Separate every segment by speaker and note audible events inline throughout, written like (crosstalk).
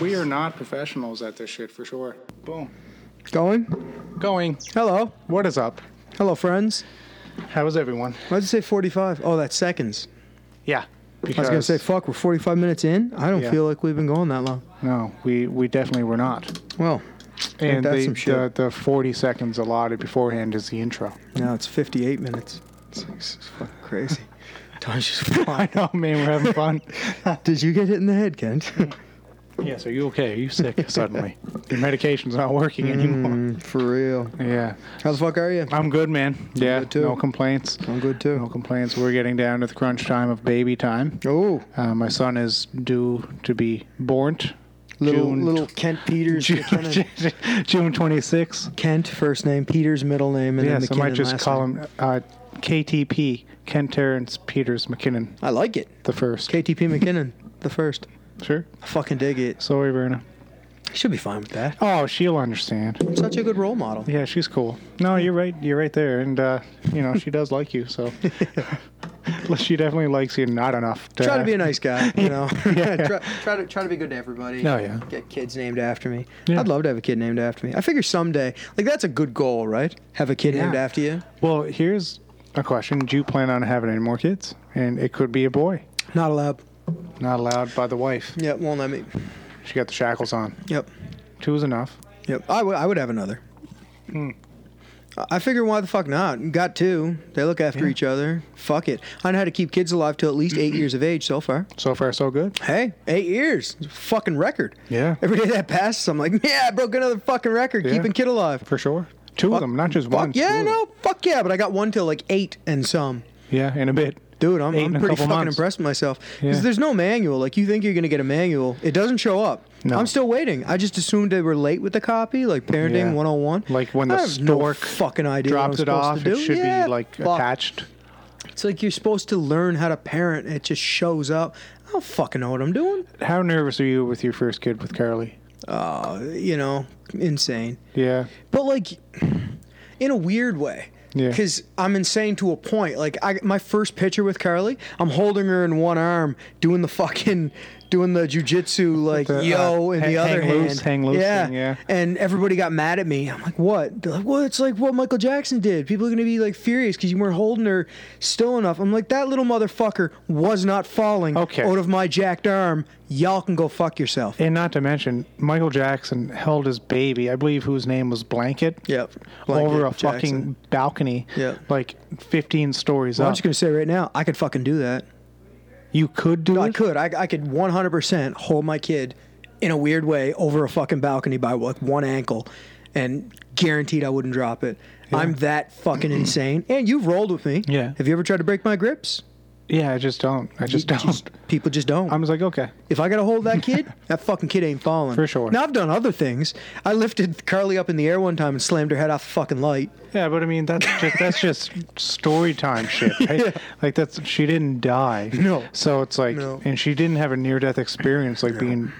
Speaker 1: We are not professionals at this shit for sure. Boom.
Speaker 2: Going?
Speaker 1: Going.
Speaker 2: Hello.
Speaker 1: What is up?
Speaker 2: Hello, friends.
Speaker 1: How is everyone?
Speaker 2: Why'd you say 45? Oh, that's seconds.
Speaker 1: Yeah.
Speaker 2: I was going to say, fuck, we're 45 minutes in. I don't
Speaker 1: Yeah.
Speaker 2: feel like we've been going that long.
Speaker 1: no, we, we definitely were not.
Speaker 2: Well,
Speaker 1: And
Speaker 2: that's
Speaker 1: the,
Speaker 2: some shit.
Speaker 1: the the forty seconds allotted beforehand is the intro. (laughs)
Speaker 2: now it's 58 minutes. It's, like, it's just fucking
Speaker 1: (laughs)
Speaker 2: crazy. Time's just flying.
Speaker 1: I know, man. We're having fun.
Speaker 2: (laughs) Did you get hit in the head, Ken?
Speaker 1: (laughs) yes. Are you okay? Are you
Speaker 2: (laughs)
Speaker 1: sick suddenly? Your medication's not working anymore.
Speaker 2: Mm, For real.
Speaker 1: Yeah.
Speaker 2: How the fuck are you?
Speaker 1: I'm good, man. Yeah.
Speaker 2: good, too.
Speaker 1: No complaints.
Speaker 2: I'm good
Speaker 1: No
Speaker 2: too.
Speaker 1: complaints. We're getting down to the crunch time of baby time.
Speaker 2: Oh,
Speaker 1: Uh, my son is due to be born. t-
Speaker 2: little
Speaker 1: June
Speaker 2: little Kent
Speaker 1: (laughs)
Speaker 2: Peters.
Speaker 1: June, (laughs)
Speaker 2: McKinnon.
Speaker 1: June 26th.
Speaker 2: Kent first name, Peters middle name, and
Speaker 1: Yes,
Speaker 2: then
Speaker 1: I
Speaker 2: McKinnon
Speaker 1: might just
Speaker 2: last
Speaker 1: call
Speaker 2: name.
Speaker 1: him uh, KTP, Ken Terrence Peters McKinnon,
Speaker 2: I like it.
Speaker 1: the first.
Speaker 2: KTP McKinnon, the first.
Speaker 1: sure.
Speaker 2: I fucking dig it.
Speaker 1: Sorry, Verna.
Speaker 2: She'll be fine with that.
Speaker 1: Oh, she'll understand.
Speaker 2: I'm such a good role model.
Speaker 1: Yeah, she's cool. No, you're right. You're right there. And, uh, you know, she does like you,
Speaker 2: (laughs)
Speaker 1: so. (laughs) she definitely likes you not enough.
Speaker 2: Try to be a nice guy, you know.
Speaker 1: (laughs) Yeah.
Speaker 2: (laughs) try, try to try to be good to everybody.
Speaker 1: Oh, yeah.
Speaker 2: Get kids named after me.
Speaker 1: Yeah.
Speaker 2: I'd love to have a kid named after me. I figure someday, like that's a good goal, right? Have a kid named
Speaker 1: Yeah.
Speaker 2: after you.
Speaker 1: Well, here's a question. Do you plan on having any more kids? And it could be a boy.
Speaker 2: Not allowed.
Speaker 1: Not allowed by the wife.
Speaker 2: Yep, won't let me.
Speaker 1: She got the shackles on.
Speaker 2: Yep,
Speaker 1: Two is enough.
Speaker 2: yep. I would I would have another. I I figure why the fuck not? Got two. They look after each other. Fuck it. I know how to keep kids alive till at least eight years of age so far.
Speaker 1: So far, so good.
Speaker 2: Hey, eight years. It's a fucking record.
Speaker 1: Yeah.
Speaker 2: Every day that passes, I'm like, (laughs) yeah, I broke another fucking record,
Speaker 1: Yeah.
Speaker 2: keeping kid alive.
Speaker 1: For sure. Two of them, not just
Speaker 2: Fuck
Speaker 1: one. two
Speaker 2: yeah,
Speaker 1: of them.
Speaker 2: no, fuck yeah, but I got one till like eight and some.
Speaker 1: Yeah, in a bit.
Speaker 2: Dude, I'm,
Speaker 1: Eight
Speaker 2: I'm
Speaker 1: in a
Speaker 2: pretty
Speaker 1: couple
Speaker 2: fucking
Speaker 1: months.
Speaker 2: impressed with myself. Because
Speaker 1: Yeah.
Speaker 2: there's no manual. Like, you think you're going to get a manual, it doesn't show up.
Speaker 1: No.
Speaker 2: I'm still waiting. I just assumed they were late with the copy, like Parenting
Speaker 1: Yeah.
Speaker 2: 101.
Speaker 1: Like when the
Speaker 2: I have no
Speaker 1: stork
Speaker 2: fucking idea what I'm
Speaker 1: Drops it
Speaker 2: supposed
Speaker 1: off.
Speaker 2: to
Speaker 1: It
Speaker 2: do.
Speaker 1: should
Speaker 2: Yeah,
Speaker 1: be like
Speaker 2: fuck.
Speaker 1: attached.
Speaker 2: It's like you're supposed to learn how to parent. It just shows up. I don't fucking know what I'm doing.
Speaker 1: How nervous are you with your first kid with Carly?
Speaker 2: Uh, you know, insane.
Speaker 1: Yeah.
Speaker 2: but like in a weird way
Speaker 1: Yeah.
Speaker 2: because i'm insane to a point like I, my first picture with carly i'm holding her in one arm doing the fucking doing the jujitsu like
Speaker 1: The, uh,
Speaker 2: yo in
Speaker 1: hang-
Speaker 2: the other
Speaker 1: hang loose,
Speaker 2: hand
Speaker 1: hang loose thing, yeah.
Speaker 2: and everybody got mad at me i'm like what they're like well it's like what michael jackson did people are gonna be like furious because you weren't holding her still enough i'm like that little motherfucker was not falling
Speaker 1: Okay.
Speaker 2: out of my jacked arm y'all can go fuck yourself
Speaker 1: And not to mention, Michael Jackson held his baby, I believe whose name was Blanket,
Speaker 2: yep
Speaker 1: over a
Speaker 2: Blanket Jackson.
Speaker 1: fucking balcony,
Speaker 2: Yeah.
Speaker 1: like 15 stories
Speaker 2: Well,
Speaker 1: up.
Speaker 2: I'm just gonna say right now, I could fucking do that.
Speaker 1: you could do
Speaker 2: I
Speaker 1: it?
Speaker 2: could. I, I could 100% hold my kid in a weird way over a fucking balcony by like one ankle, and guaranteed I wouldn't drop it. I'm
Speaker 1: (clears throat)
Speaker 2: that fucking insane. And you've rolled with me.
Speaker 1: Yeah.
Speaker 2: Have you ever tried to break my grips?
Speaker 1: Yeah, I just don't. I just don't.
Speaker 2: People just don't.
Speaker 1: (laughs) I was like, okay.
Speaker 2: If I gotta hold
Speaker 1: (laughs)
Speaker 2: that kid, that fucking kid ain't falling.
Speaker 1: For sure.
Speaker 2: Now I've done other things. I lifted Carly up in the air one time and slammed her head off the fucking light.
Speaker 1: Yeah, but I mean that's just
Speaker 2: (laughs)
Speaker 1: that's just story time shit. Right? Like that's she didn't die.
Speaker 2: No.
Speaker 1: So it's like,
Speaker 2: No.
Speaker 1: and she didn't have a near death experience like being,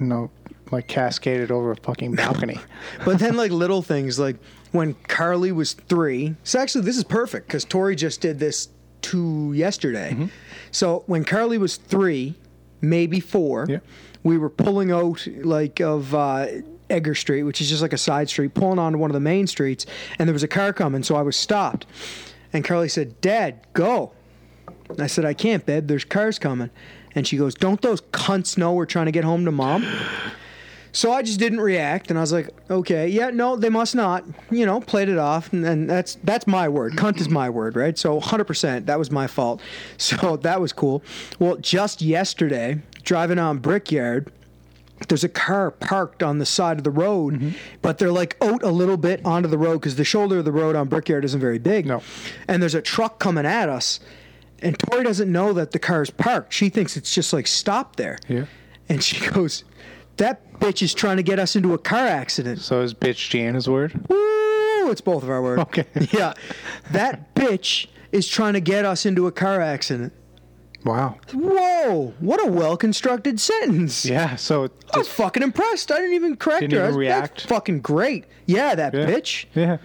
Speaker 1: you know, like cascaded over a fucking
Speaker 2: (laughs)
Speaker 1: balcony.
Speaker 2: But then, like little things, like when Carly was three. So actually, this is perfect because Tori just did this two yesterday. So when Carly was three, maybe four,
Speaker 1: Yeah.
Speaker 2: we were pulling out like of uh, Edgar Street, which is just like a side street, pulling onto one of the main streets, and there was a car coming. So I was stopped, and Carly said, "Dad, go." And I said, I can't, babe. There's cars coming. And she goes, Don't those cunts know we're trying to get home to mom? So I just didn't react, and I was like, "Okay, yeah, no, they must not." You know, played it off, and, and that's that's my word. Cunt is my word, right? So 100%, that was my fault. (laughs) So that was cool. Well, just yesterday, driving on Brickyard, there's a car parked on the side of the road,
Speaker 1: Mm-hmm.
Speaker 2: but they're like out a little bit onto the road because the shoulder of the road on Brickyard isn't very big.
Speaker 1: No.
Speaker 2: And there's a truck coming at us, And Tori doesn't know that the car's parked. She thinks it's just like stopped there.
Speaker 1: Yeah.
Speaker 2: And she goes, That bitch is trying to get us into a car accident.
Speaker 1: So is bitch Jana's word?
Speaker 2: Woo! It's both of our words.
Speaker 1: Okay.
Speaker 2: (laughs) Yeah. That bitch is trying to get us into a car accident.
Speaker 1: Wow.
Speaker 2: Whoa! What a well constructed sentence.
Speaker 1: Yeah. So
Speaker 2: I was fucking impressed. I didn't even correct
Speaker 1: Didn't
Speaker 2: her.
Speaker 1: even
Speaker 2: That's-
Speaker 1: react.
Speaker 2: That's fucking great. Yeah, that
Speaker 1: yeah.
Speaker 2: bitch. (laughs)
Speaker 1: Yeah.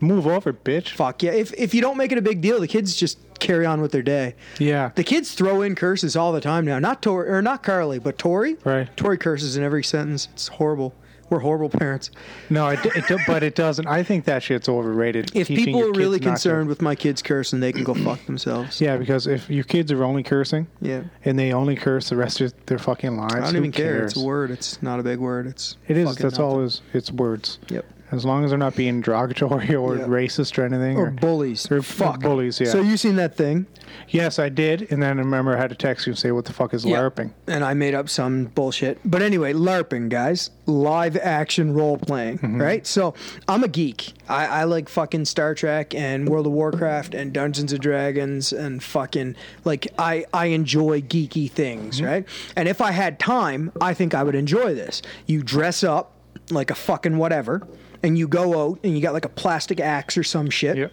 Speaker 1: Move over, bitch.
Speaker 2: Fuck yeah. If, if you don't make it a big deal, the kids just carry on with their day.
Speaker 1: Yeah.
Speaker 2: The kids throw in curses all the time now. Not Tori or not Carly, but Tori.
Speaker 1: Right.
Speaker 2: Tori curses in every sentence. It's horrible. We're horrible parents.
Speaker 1: (laughs) No, it, it do- but it doesn't. I think that shit's overrated.
Speaker 2: If
Speaker 1: Teaching
Speaker 2: people
Speaker 1: your
Speaker 2: are really
Speaker 1: kids not to-
Speaker 2: concerned with my kids cursing, they can go fuck themselves.
Speaker 1: yeah, because if your kids are only cursing,
Speaker 2: Yeah.
Speaker 1: and they only curse the rest of their fucking lives,
Speaker 2: I don't
Speaker 1: who
Speaker 2: even care.
Speaker 1: cares?
Speaker 2: It's a word. It's not a big word. It's
Speaker 1: It is.
Speaker 2: fucking
Speaker 1: That's all.
Speaker 2: nothing.
Speaker 1: Is it's words.
Speaker 2: Yep.
Speaker 1: As long as they're not being derogatory (laughs) or
Speaker 2: Yeah.
Speaker 1: racist or anything.
Speaker 2: Or
Speaker 1: Or,
Speaker 2: bullies.
Speaker 1: or
Speaker 2: fuck
Speaker 1: bullies, yeah.
Speaker 2: So you seen that thing?
Speaker 1: yes, I did, and then I remember I had to text you and say, "What the fuck is
Speaker 2: Yeah.
Speaker 1: larping?"
Speaker 2: And I made up some bullshit. But anyway, LARPing, guys. Live action role playing, right? So I'm a geek. I, I like fucking Star Trek and World of Warcraft and Dungeons and Dragons and fucking, like, I, I enjoy geeky things, right? And if I had time, I think I would enjoy this. You dress up like a fucking whatever, and you go out and you got like a plastic axe or some shit
Speaker 1: Yep.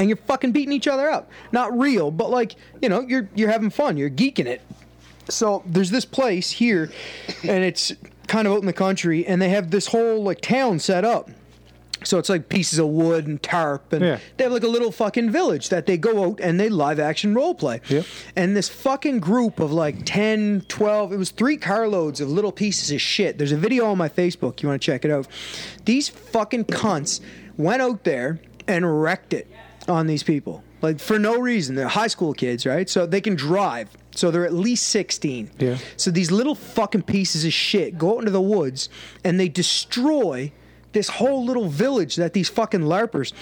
Speaker 2: and you're fucking beating each other up. Not real, but like, you know, you're you're having fun, you're geeking it. So there's this place here and it's kind of out in the country and they have this whole like town set up. So it's like pieces of wood and tarp and
Speaker 1: Yeah.
Speaker 2: they have like a little fucking village that they go out and they live action role play.
Speaker 1: Yep.
Speaker 2: And this fucking group of like 10, 12, it was three carloads of little pieces of shit. There's a video on my Facebook. You want to check it out. These fucking cunts went out there and wrecked it on these people. Like for no reason. They're high school kids, right? So they can drive. So they're at least 16.
Speaker 1: Yeah.
Speaker 2: So these little fucking pieces of shit go out into the woods and they destroy this whole little village that these fucking LARPers.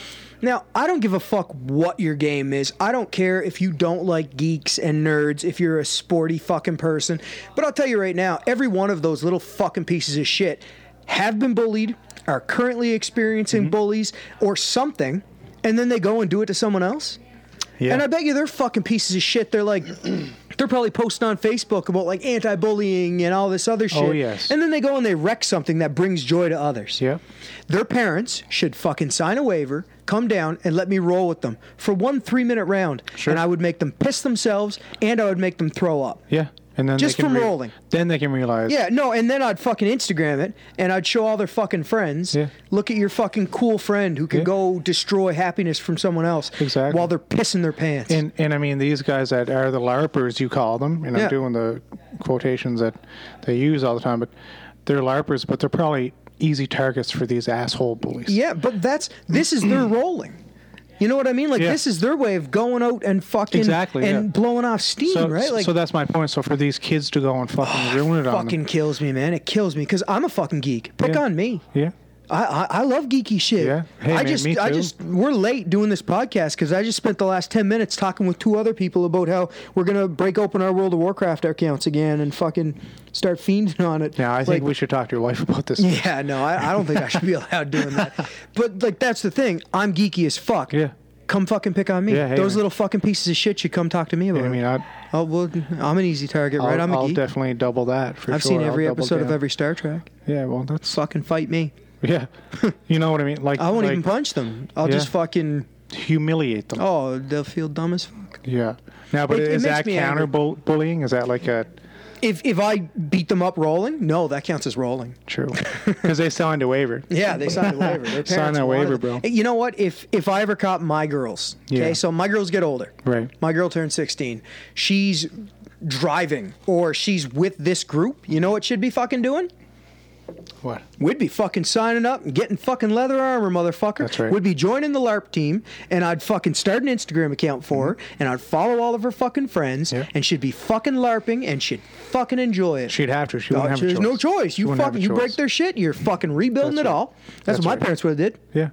Speaker 2: Now, I don't give a fuck what your game is. I don't care if you don't like geeks and nerds, if you're a sporty fucking person. But I'll tell you right now, every one of those little fucking pieces of shit have been bullied, are currently experiencing bullies or something, and then they go and do it to someone else.
Speaker 1: Yeah.
Speaker 2: And I bet you they're fucking pieces of shit. They're like, (clears throat) they're probably posting on Facebook about like anti-bullying and all this other shit.
Speaker 1: Oh, yes.
Speaker 2: And then they go and they wreck something that brings joy to others.
Speaker 1: Yep.
Speaker 2: Their parents should fucking sign a waiver, come down, and let me roll with them for one three-minute round.
Speaker 1: Sure.
Speaker 2: And I would make them piss themselves, and I would make them throw up.
Speaker 1: Yeah. And then
Speaker 2: Just
Speaker 1: they can
Speaker 2: from rolling.
Speaker 1: Then they can realize.
Speaker 2: Yeah, no, and then I'd fucking Instagram it and I'd show all their fucking friends.
Speaker 1: Yeah.
Speaker 2: Look at your fucking cool friend who can
Speaker 1: Yeah.
Speaker 2: go destroy happiness from someone else
Speaker 1: Exactly.
Speaker 2: while they're pissing their pants.
Speaker 1: And and I mean these guys that are the larpers you call them, and
Speaker 2: Yeah.
Speaker 1: I'm doing the quotations that they use all the time, but they're larpers, but they're probably easy targets for these asshole bullies.
Speaker 2: Yeah, but that's this is their rolling. You know what I mean? Like
Speaker 1: Yeah.
Speaker 2: this is their way of going out and fucking
Speaker 1: Exactly,
Speaker 2: and
Speaker 1: yeah.
Speaker 2: blowing off steam,
Speaker 1: So,
Speaker 2: right? Like Ah,
Speaker 1: so that's my point. So for these kids to go and fucking ruin it on
Speaker 2: fucking
Speaker 1: them,
Speaker 2: kills me, man. It kills me because I'm a fucking geek. Pick
Speaker 1: Yeah.
Speaker 2: on me.
Speaker 1: yeah,
Speaker 2: I, I I love geeky shit.
Speaker 1: Yeah. Hey,
Speaker 2: I
Speaker 1: man,
Speaker 2: just
Speaker 1: me
Speaker 2: I
Speaker 1: too.
Speaker 2: just we're late doing this podcast because I just spent the last ten minutes talking with two other people about how we're gonna break open our World of Warcraft accounts again and fucking start fiending on it.
Speaker 1: yeah. I think
Speaker 2: Like,
Speaker 1: we should talk to your wife about this.
Speaker 2: (laughs) Yeah, no, I, I don't think I should be allowed doing
Speaker 1: (laughs)
Speaker 2: that. But like, that's the thing. I'm geeky as fuck.
Speaker 1: Yeah.
Speaker 2: Come fucking pick on me.
Speaker 1: Yeah, hey,
Speaker 2: Those
Speaker 1: man.
Speaker 2: little fucking pieces of shit should come talk to me about.
Speaker 1: I mean,
Speaker 2: it.
Speaker 1: I'd,
Speaker 2: oh well, I'm an easy target,
Speaker 1: I'll,
Speaker 2: right? I'm a
Speaker 1: I'll
Speaker 2: geek.
Speaker 1: definitely double that. For
Speaker 2: I've
Speaker 1: sure.
Speaker 2: seen
Speaker 1: I'll
Speaker 2: every
Speaker 1: double
Speaker 2: episode of
Speaker 1: down.
Speaker 2: every Star Trek.
Speaker 1: Yeah, well,
Speaker 2: (laughs)
Speaker 1: that's
Speaker 2: Fucking fight me.
Speaker 1: yeah. you know what I mean? Like
Speaker 2: I won't
Speaker 1: like,
Speaker 2: even punch them. I'll
Speaker 1: Yeah.
Speaker 2: just fucking.
Speaker 1: humiliate them.
Speaker 2: Oh, they'll feel dumb as fuck.
Speaker 1: Yeah. Now, but
Speaker 2: It-
Speaker 1: is
Speaker 2: it makes
Speaker 1: that
Speaker 2: me angry.
Speaker 1: counter bull- bullying? Is that like a
Speaker 2: If if I beat them up rolling, no, that counts as rolling. (laughs)
Speaker 1: True, because they signed a waiver.
Speaker 2: Yeah,
Speaker 1: (laughs)
Speaker 2: they signed a waiver. Their
Speaker 1: Sign
Speaker 2: parents
Speaker 1: that waiver,
Speaker 2: wanted-
Speaker 1: bro.
Speaker 2: Hey, You know what? If if I ever caught my girls, okay,
Speaker 1: Yeah.
Speaker 2: so my girls get older.
Speaker 1: Right.
Speaker 2: My girl turned 16. She's driving or she's with this group. You know what she'd be fucking doing?
Speaker 1: What?
Speaker 2: We'd be fucking signing up and getting fucking leather armor, motherfucker.
Speaker 1: That's right.
Speaker 2: We'd be joining the LARP team, and I'd fucking start an Instagram account for her, and I'd follow all of her fucking friends,
Speaker 1: Mm-hmm. Yeah.
Speaker 2: and she'd be fucking LARPing, and she'd fucking enjoy it.
Speaker 1: She'd have to. She
Speaker 2: Oh,
Speaker 1: wouldn't have a
Speaker 2: there's
Speaker 1: choice.
Speaker 2: no choice.
Speaker 1: She
Speaker 2: You
Speaker 1: wouldn't have a
Speaker 2: fucking you break
Speaker 1: choice.
Speaker 2: their shit. You're fucking rebuilding
Speaker 1: That's
Speaker 2: it
Speaker 1: right.
Speaker 2: all. That's, what
Speaker 1: That's
Speaker 2: my
Speaker 1: right.
Speaker 2: parents would have did.
Speaker 1: Yeah.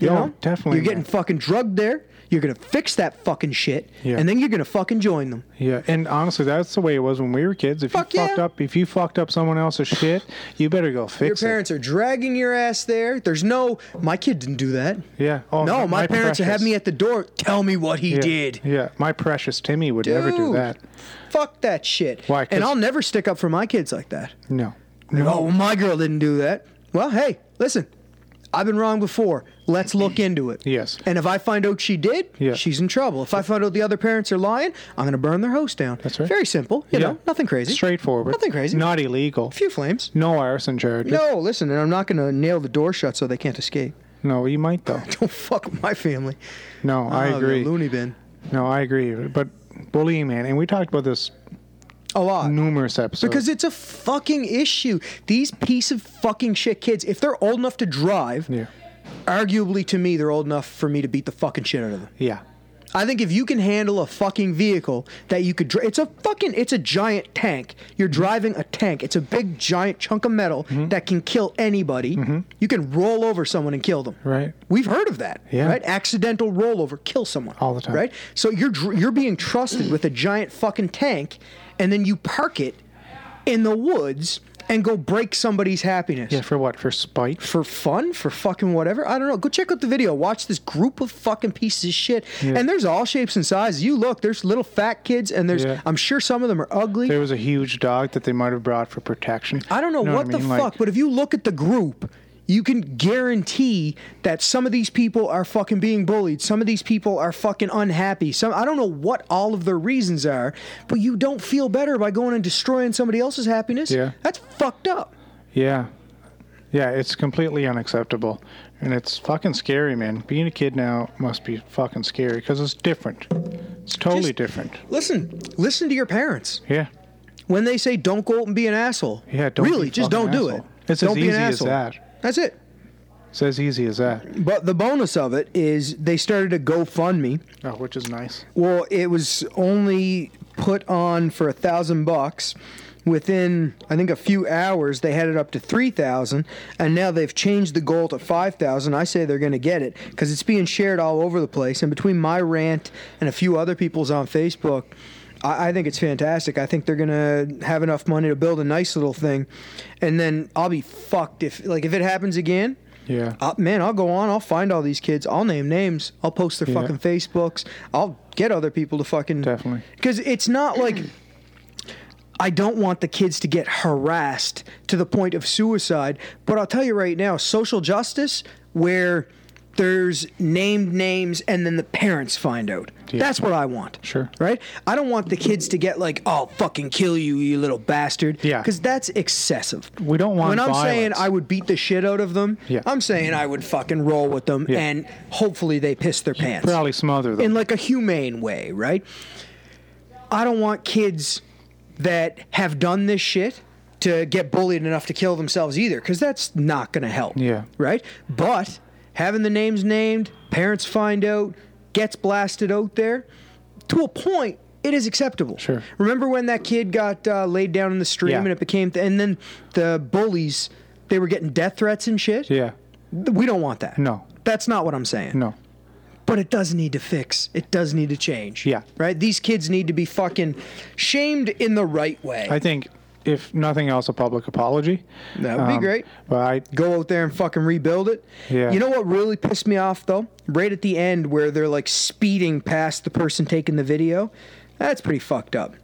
Speaker 2: You
Speaker 1: Yeah,
Speaker 2: know?
Speaker 1: definitely.
Speaker 2: You're getting
Speaker 1: man.
Speaker 2: fucking drugged there. You're gonna fix that fucking shit,
Speaker 1: Yeah.
Speaker 2: and then you're gonna fucking join them.
Speaker 1: Yeah, and honestly, that's the way it was when we were kids. If
Speaker 2: Fuck
Speaker 1: you
Speaker 2: yeah.
Speaker 1: fucked up, if you fucked up someone else's shit, you better go
Speaker 2: Your
Speaker 1: fix
Speaker 2: parents are dragging your ass there. There's no, my kid didn't do that.
Speaker 1: it. Yeah. Oh,
Speaker 2: No, my, parents
Speaker 1: precious.
Speaker 2: had me at the door. Tell me what he
Speaker 1: yeah.
Speaker 2: did.
Speaker 1: Yeah, my precious Timmy would never do
Speaker 2: Dude.
Speaker 1: that.
Speaker 2: Fuck that shit.
Speaker 1: Why, 'cause-
Speaker 2: And I'll never stick up for my kids like that.
Speaker 1: No.
Speaker 2: No, "Oh, my girl didn't do that. Well, hey, listen, I've been wrong before. Let's look into it.
Speaker 1: Yes.
Speaker 2: And if I find out she did,
Speaker 1: Yeah.
Speaker 2: she's in trouble. If I find out the other parents are lying, I'm going to burn their house down.
Speaker 1: That's right.
Speaker 2: Very simple. You
Speaker 1: Yeah.
Speaker 2: know, nothing crazy.
Speaker 1: Straightforward.
Speaker 2: Nothing crazy.
Speaker 1: Not illegal.
Speaker 2: A few flames.
Speaker 1: No arson charges.
Speaker 2: No, listen, and I'm not going to nail the door shut so they can't escape. (laughs)
Speaker 1: No, you might though.
Speaker 2: Don't fuck with my family.
Speaker 1: No, I
Speaker 2: (laughs) Oh, the
Speaker 1: agree.
Speaker 2: Loony bin.
Speaker 1: No, I agree. But bullying, man, and we talked about this
Speaker 2: A lot.
Speaker 1: numerous episodes.
Speaker 2: Because it's a fucking issue. These piece of fucking shit kids, if they're old enough to drive,
Speaker 1: yeah,
Speaker 2: arguably to me, they're old enough for me to beat the fucking shit out of them.
Speaker 1: yeah,
Speaker 2: I think if you can handle a fucking vehicle that you could, dri- it's a fucking, it's a giant tank. You're driving a tank. It's a big giant chunk of metal
Speaker 1: Mm-hmm.
Speaker 2: that can kill anybody. You can roll over someone and kill them.
Speaker 1: Right.
Speaker 2: We've heard of that.
Speaker 1: Yeah.
Speaker 2: Right. Accidental rollover, kill someone.
Speaker 1: All the time.
Speaker 2: Right. So you're dr- you're being trusted with a giant fucking tank, and then you park it in the woods and go break somebody's happiness
Speaker 1: yeah. For what? For spite?
Speaker 2: for fun, for fucking whatever. I don't know. Go check out the video. Watch this group of fucking pieces of shit. And there's all shapes and sizes. You look, there's little fat kids, and there's,
Speaker 1: Yeah.
Speaker 2: I'm sure some of them are ugly.
Speaker 1: There was a huge dog that they might have brought for protection.
Speaker 2: I don't know,
Speaker 1: Know
Speaker 2: what,
Speaker 1: I
Speaker 2: the
Speaker 1: mean? Like,
Speaker 2: fuck, but if you look at the group, you can guarantee that some of these people are fucking being bullied. Some of these people are fucking unhappy. Some I don't know what all of their reasons are, but you don't feel better by going and destroying somebody else's happiness.
Speaker 1: Yeah.
Speaker 2: That's fucked up.
Speaker 1: Yeah. Yeah, it's completely unacceptable. And it's fucking scary, man. Being a kid now must be fucking scary because it's different. It's totally
Speaker 2: Just-
Speaker 1: different.
Speaker 2: Listen, listen to your parents.
Speaker 1: Yeah.
Speaker 2: when they say don't go out and be an asshole.
Speaker 1: Yeah, don't
Speaker 2: really
Speaker 1: be
Speaker 2: just don't
Speaker 1: fucking
Speaker 2: do it.
Speaker 1: asshole. It's as
Speaker 2: don't
Speaker 1: easy as that.
Speaker 2: That's it.
Speaker 1: It's as easy as that.
Speaker 2: But the bonus of it is they started a GoFundMe.
Speaker 1: Oh, which is nice.
Speaker 2: Well, it was only put on for a thousand bucks. Within I think a few hours, they had it up to three thousand, and now they've changed the goal to five thousand. I say they're going to get it because it's being shared all over the place. And between my rant and a few other people's on Facebook, I, I think it's fantastic. I think they're going to have enough money to build a nice little thing, and then I'll be fucked if like if it happens again.
Speaker 1: Yeah.
Speaker 2: Uh, man, I'll go on. I'll find all these kids. I'll name names. I'll post their
Speaker 1: Yeah.
Speaker 2: fucking Facebooks. I'll get other people to fucking
Speaker 1: Definitely.
Speaker 2: because it's not like I don't want the kids to get harassed to the point of suicide. But I'll tell you right now, social justice where there's named names and then the parents find out.
Speaker 1: Yeah.
Speaker 2: That's what I want.
Speaker 1: Sure.
Speaker 2: Right? I don't want the kids to get like, "I'll fucking kill you, you little bastard."
Speaker 1: Yeah.
Speaker 2: Because that's excessive
Speaker 1: We don't want
Speaker 2: when I'm saying
Speaker 1: violence.
Speaker 2: I would beat the shit out of them,
Speaker 1: Yeah.
Speaker 2: I'm saying I would fucking roll with them
Speaker 1: Yeah.
Speaker 2: and hopefully they piss their pants.
Speaker 1: Probably smother them.
Speaker 2: in like a humane way, right? I don't want kids that have done this shit to get bullied enough to kill themselves either cuz that's not going to help.
Speaker 1: Yeah.
Speaker 2: Right? But having the names named, parents find out, gets blasted out there to a point it is acceptable.
Speaker 1: Sure.
Speaker 2: Remember when that kid got uh, laid down in the stream
Speaker 1: Yeah.
Speaker 2: and it became, th- and then the bullies, they were getting death threats and shit?
Speaker 1: yeah.
Speaker 2: Th- We don't want that.
Speaker 1: No.
Speaker 2: That's not what I'm saying.
Speaker 1: No.
Speaker 2: But it does need to fix. It does need to change.
Speaker 1: Yeah.
Speaker 2: Right? These kids need to be fucking shamed in the right way.
Speaker 1: I think, if nothing else, a public apology. Um,
Speaker 2: That would be great.
Speaker 1: But I,
Speaker 2: go out there and fucking rebuild it.
Speaker 1: Yeah.
Speaker 2: You know what really pissed me off though? Right at the end where they're like speeding past the person taking the video. That's pretty fucked up.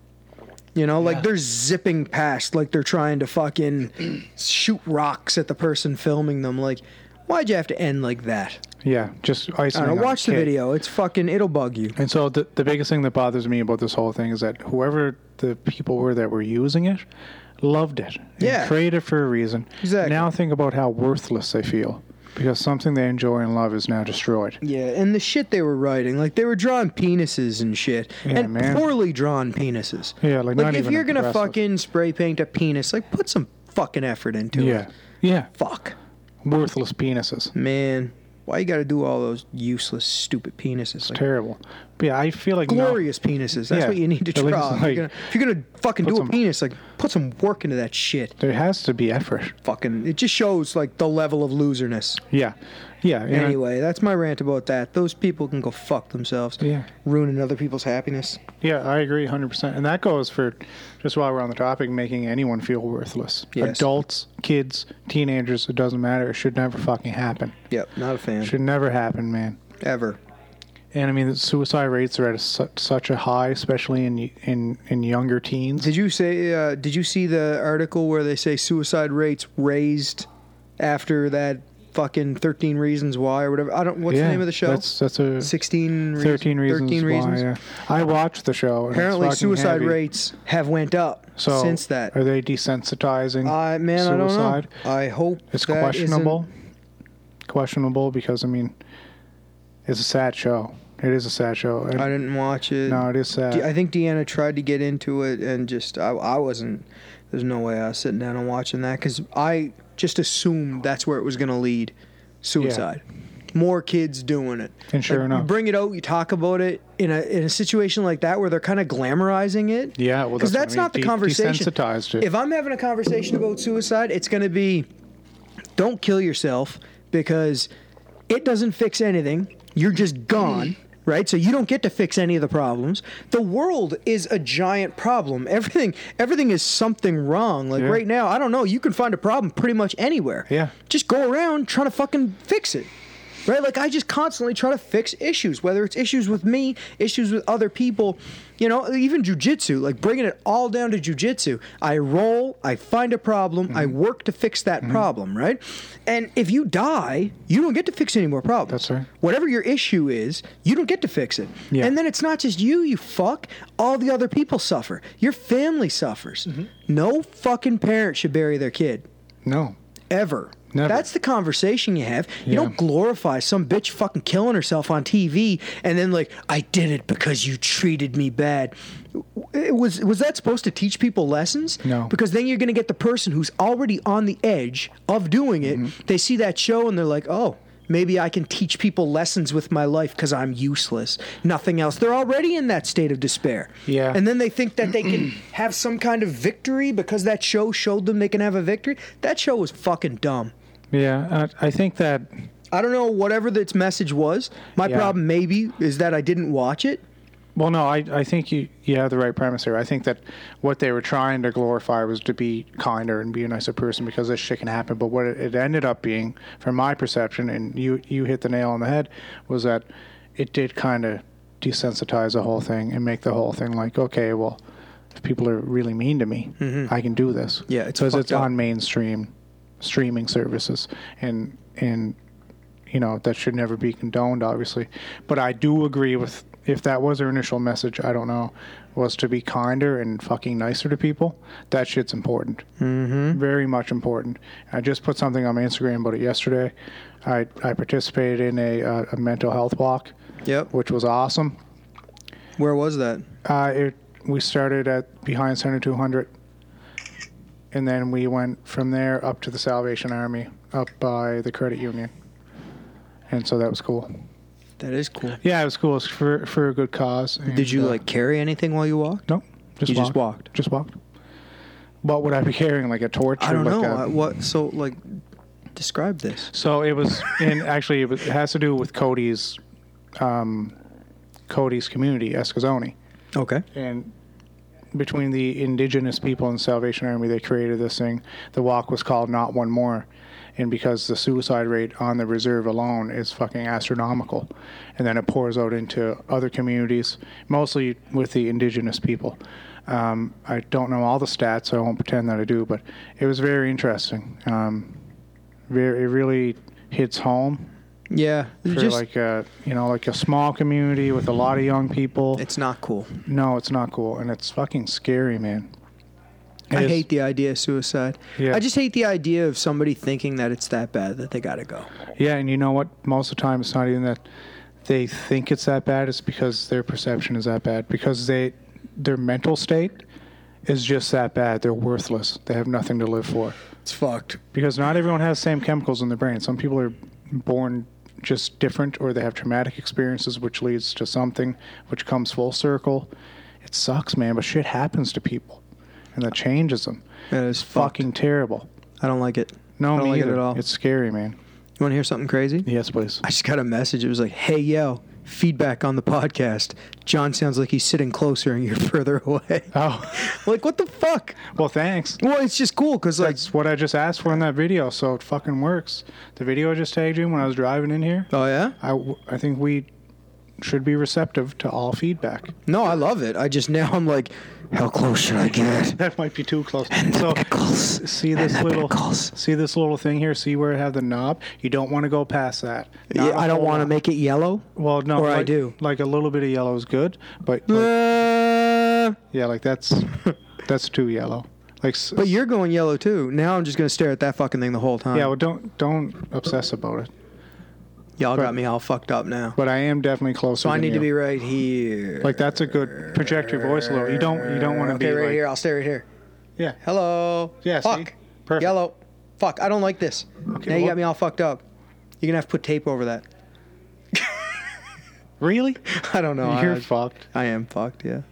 Speaker 2: You know, like they're zipping past like they're trying to fucking (clears throat) shoot rocks at the person filming them. Like, why'd you have to end like that?
Speaker 1: yeah, just
Speaker 2: I
Speaker 1: isolating.
Speaker 2: don't
Speaker 1: on
Speaker 2: know.
Speaker 1: a
Speaker 2: Watch the
Speaker 1: kid.
Speaker 2: video. It's fucking it'll bug you.
Speaker 1: And so the, the biggest thing that bothers me about this whole thing is that whoever the people were that were using it loved it. and
Speaker 2: Yeah.
Speaker 1: created it for a reason.
Speaker 2: Exactly.
Speaker 1: Now think about how worthless they feel because something they enjoy and love is now destroyed.
Speaker 2: Yeah, and the shit they were writing, like they were drawing penises and shit,
Speaker 1: Yeah,
Speaker 2: and
Speaker 1: man.
Speaker 2: poorly drawn penises.
Speaker 1: Yeah, like,
Speaker 2: like
Speaker 1: not
Speaker 2: if
Speaker 1: even
Speaker 2: you're gonna
Speaker 1: impressive.
Speaker 2: fucking spray paint a penis, like put some fucking effort into
Speaker 1: Yeah.
Speaker 2: it.
Speaker 1: Yeah.
Speaker 2: Fuck,
Speaker 1: Worthless penises.
Speaker 2: man, why you gotta do all those useless, stupid penises? Like,
Speaker 1: Terrible. But yeah, I feel like now-
Speaker 2: glorious penises. That's
Speaker 1: Yeah,
Speaker 2: what you need to
Speaker 1: at least,
Speaker 2: draw. If you're
Speaker 1: like,
Speaker 2: gonna- if you're gonna fucking
Speaker 1: put
Speaker 2: do
Speaker 1: some-
Speaker 2: a penis, like put some work into that shit.
Speaker 1: there has to be effort.
Speaker 2: Fucking, it just shows like the level of loserness.
Speaker 1: Yeah. Yeah. and I-
Speaker 2: Anyway, that's my rant about that. Those people can go fuck themselves.
Speaker 1: Yeah.
Speaker 2: Ruining other people's happiness.
Speaker 1: Yeah, I agree 100%. And that goes for just while we're on the topic, making anyone feel worthless.
Speaker 2: Yes.
Speaker 1: Adults, kids, teenagers, it doesn't matter. It should never fucking happen.
Speaker 2: Yep. Not a fan.
Speaker 1: Should never happen, man.
Speaker 2: Ever.
Speaker 1: And I mean, the suicide rates are at a, su- such a high, especially in y- in in younger teens.
Speaker 2: Did you say? Uh, did you see the article where they say suicide rates raised after that fucking thirteen reasons why or whatever? I don't. What's
Speaker 1: Yeah,
Speaker 2: the name of the show?
Speaker 1: That's that's a
Speaker 2: Sixteen. Reasons,
Speaker 1: 13 reasons.
Speaker 2: 13
Speaker 1: Why,
Speaker 2: reasons.
Speaker 1: yeah. I watched the show. And it's
Speaker 2: Apparently,
Speaker 1: fucking
Speaker 2: suicide
Speaker 1: heavy.
Speaker 2: rates have went up
Speaker 1: So
Speaker 2: since that.
Speaker 1: are they desensitizing?
Speaker 2: I man, I
Speaker 1: suicide?
Speaker 2: don't know. I hope
Speaker 1: It's
Speaker 2: that
Speaker 1: questionable. Questionable because I mean, it's a sad show. It is a sad show.
Speaker 2: isn't-
Speaker 1: And
Speaker 2: I didn't watch it.
Speaker 1: no, it is sad.
Speaker 2: De- I think Deanna tried to get into it and just I, I wasn't. There's no way I was sitting down and watching that because I just assumed that's where it was going to lead, suicide. More kids doing it.
Speaker 1: And sure
Speaker 2: Like, you
Speaker 1: enough.
Speaker 2: bring it out. You talk about it in a in a situation like that where they're kind of glamorizing it.
Speaker 1: yeah, well,
Speaker 2: because
Speaker 1: what I
Speaker 2: that's
Speaker 1: mean.
Speaker 2: not the
Speaker 1: De-
Speaker 2: conversation.
Speaker 1: Desensitized it.
Speaker 2: If I'm having a conversation about suicide, it's going to be don't kill yourself because it doesn't fix anything. You're
Speaker 1: (clears throat)
Speaker 2: just gone, right? So you don't get to fix any of the problems. The world is a giant problem. Everything everything is something wrong. Like
Speaker 1: Yeah.
Speaker 2: right now, I don't know, you can find a problem pretty much anywhere.
Speaker 1: Yeah.
Speaker 2: Just go around trying to fucking fix it. Right? Like I just constantly try to fix issues, whether it's issues with me, issues with other people, you know, even jujitsu, like bringing it all down to jujitsu. I roll, I find a problem, I
Speaker 1: Mm-hmm.
Speaker 2: work to fix that problem, right? And if you die, you don't get to fix any more problems.
Speaker 1: That's right.
Speaker 2: Whatever your issue is, you don't get to fix it.
Speaker 1: Yeah.
Speaker 2: And then it's not just you, you fuck. All the other people suffer. Your family suffers.
Speaker 1: Mm-hmm.
Speaker 2: No fucking parent should bury their kid
Speaker 1: no,
Speaker 2: ever.
Speaker 1: Never.
Speaker 2: That's the conversation you have. You
Speaker 1: Yeah.
Speaker 2: don't glorify some bitch fucking killing herself on TV and then like I did it because you treated me bad. It was was that supposed to teach people lessons?
Speaker 1: No.
Speaker 2: Because then you're going to get the person who's already on the edge of doing it.
Speaker 1: Mm-hmm.
Speaker 2: They see that show and they're like, "Oh, maybe I can teach people lessons with my life cuz I'm useless. Nothing else." They're already in that state of despair.
Speaker 1: Yeah.
Speaker 2: And then they think that they
Speaker 1: (clears throat)
Speaker 2: can have some kind of victory because that show showed them they can have a victory. That show was fucking dumb.
Speaker 1: yeah, I, I think that
Speaker 2: I don't know whatever its message was. My
Speaker 1: Yeah.
Speaker 2: problem maybe is that I didn't watch it.
Speaker 1: Well, no, I, I think you, you have the right premise here. I think that what they were trying to glorify was to be kinder and be a nicer person because this shit can happen. But what it, it ended up being, from my perception, and you, you hit the nail on the head, was that it did kind of desensitize the whole thing and make the whole thing like, okay, well, if people are really mean to me, I can do this.
Speaker 2: Mm-hmm. Yeah, it's
Speaker 1: because it's
Speaker 2: fucked up.
Speaker 1: on mainstream streaming services, and and you know that should never be condoned obviously but i do agree with if that was her initial message i don't know was to be kinder and fucking nicer to people that shit's important mm-hmm. very much important i just put something on my instagram about it yesterday i, I participated in a, uh, a mental health walk
Speaker 2: Yep.
Speaker 1: which was awesome
Speaker 2: Where was that?
Speaker 1: uh, it, we started at behind center 200 and then we went from there up to the salvation army up by the credit union and so that was cool
Speaker 2: That is cool.
Speaker 1: yeah, it was cool. It was for for a good cause. and,
Speaker 2: Did you
Speaker 1: uh,
Speaker 2: like carry anything while you walked?
Speaker 1: No, just
Speaker 2: You
Speaker 1: walked.
Speaker 2: just walked?
Speaker 1: Just walked. What would I be carrying? Like a torch?
Speaker 2: I
Speaker 1: or
Speaker 2: don't
Speaker 1: like um,
Speaker 2: know.
Speaker 1: a-
Speaker 2: I, what so like describe this.
Speaker 1: so it was, and actually, it, was, it has to do with Cody's, um, Cody's community, Escazone,
Speaker 2: Okay.
Speaker 1: and between the indigenous people and Salvation Army, they created this thing. The walk was called "Not One More," and because the suicide rate on the reserve alone is fucking astronomical, and then it pours out into other communities, mostly with the indigenous people. Um, I don't know all the stats, so I won't pretend that I do, but it was very interesting. Um, very, it really hits home
Speaker 2: Yeah.
Speaker 1: for
Speaker 2: Just
Speaker 1: like a you know like a small community with a lot of young people.
Speaker 2: it's not cool.
Speaker 1: No, it's not cool, and it's fucking scary, man. It
Speaker 2: I
Speaker 1: is-
Speaker 2: hate the idea of suicide.
Speaker 1: Yeah.
Speaker 2: I just hate the idea of somebody thinking that it's that bad that they got to go.
Speaker 1: Yeah, and you know what? Most of the time, it's not even that they think it's that bad. It's because their perception is that bad. Because they, their mental state, is just that bad. They're worthless. They have nothing to live for.
Speaker 2: It's fucked.
Speaker 1: Because not everyone has the same chemicals in their brain. Some people are born just different, or they have traumatic experiences, which leads to something which comes full circle. It sucks, man, but shit happens to people, and that changes them.
Speaker 2: It is fucked.
Speaker 1: Fucking terrible.
Speaker 2: I don't like it.
Speaker 1: No,
Speaker 2: I don't
Speaker 1: me
Speaker 2: like
Speaker 1: either.
Speaker 2: it at all.
Speaker 1: It's scary, man.
Speaker 2: You want to hear something crazy?
Speaker 1: Yes, please.
Speaker 2: I just got a message. It was like, "Hey, yo, feedback on the podcast. John sounds like he's sitting closer and you're (laughs) further away."
Speaker 1: Oh, (laughs)
Speaker 2: (laughs) like, what the fuck?
Speaker 1: well, thanks.
Speaker 2: Well, it's just cool because like,
Speaker 1: That's what I just asked for in that video, so it fucking works. The video I just tagged you in when I was driving in here,
Speaker 2: oh yeah,
Speaker 1: I, w- I think we should be receptive to all feedback. (laughs)
Speaker 2: no, I love it. I just now I'm like, how close should
Speaker 1: (laughs)
Speaker 2: I get?
Speaker 1: That might be too close.
Speaker 2: And the
Speaker 1: So
Speaker 2: pickles.
Speaker 1: see this
Speaker 2: and the
Speaker 1: little
Speaker 2: pickles.
Speaker 1: see this little thing here. See where I have the knob? You don't want to go past that. Not
Speaker 2: Yeah,
Speaker 1: a
Speaker 2: I don't
Speaker 1: whole
Speaker 2: want to
Speaker 1: lot.
Speaker 2: make it yellow.
Speaker 1: Well, no,
Speaker 2: or I
Speaker 1: like,
Speaker 2: do.
Speaker 1: Like a little bit of yellow is good, but like,
Speaker 2: Uh,
Speaker 1: yeah, like
Speaker 2: (laughs)
Speaker 1: that's that's too yellow. Like, s-
Speaker 2: but you're going yellow too. Now I'm just gonna stare at that fucking thing the whole time.
Speaker 1: yeah, well, don't don't obsess about it.
Speaker 2: y'all got
Speaker 1: but-
Speaker 2: me all fucked up now.
Speaker 1: But I am definitely closer.
Speaker 2: So I
Speaker 1: than
Speaker 2: need to
Speaker 1: you.
Speaker 2: be right here.
Speaker 1: like that's a good project your voice a little. You don't you don't want to
Speaker 2: okay,
Speaker 1: be
Speaker 2: right
Speaker 1: like,
Speaker 2: here. I'll stay right here.
Speaker 1: Yeah.
Speaker 2: Hello.
Speaker 1: Yeah, see?
Speaker 2: Fuck.
Speaker 1: Perfect.
Speaker 2: Yellow. Fuck. I don't like this.
Speaker 1: Okay,
Speaker 2: now you
Speaker 1: well-
Speaker 2: got me all fucked up. You're gonna have to put tape over that. (laughs)
Speaker 1: Really?
Speaker 2: I don't know.
Speaker 1: (laughs) You're
Speaker 2: Oh, I,
Speaker 1: fucked.
Speaker 2: I am fucked. Yeah.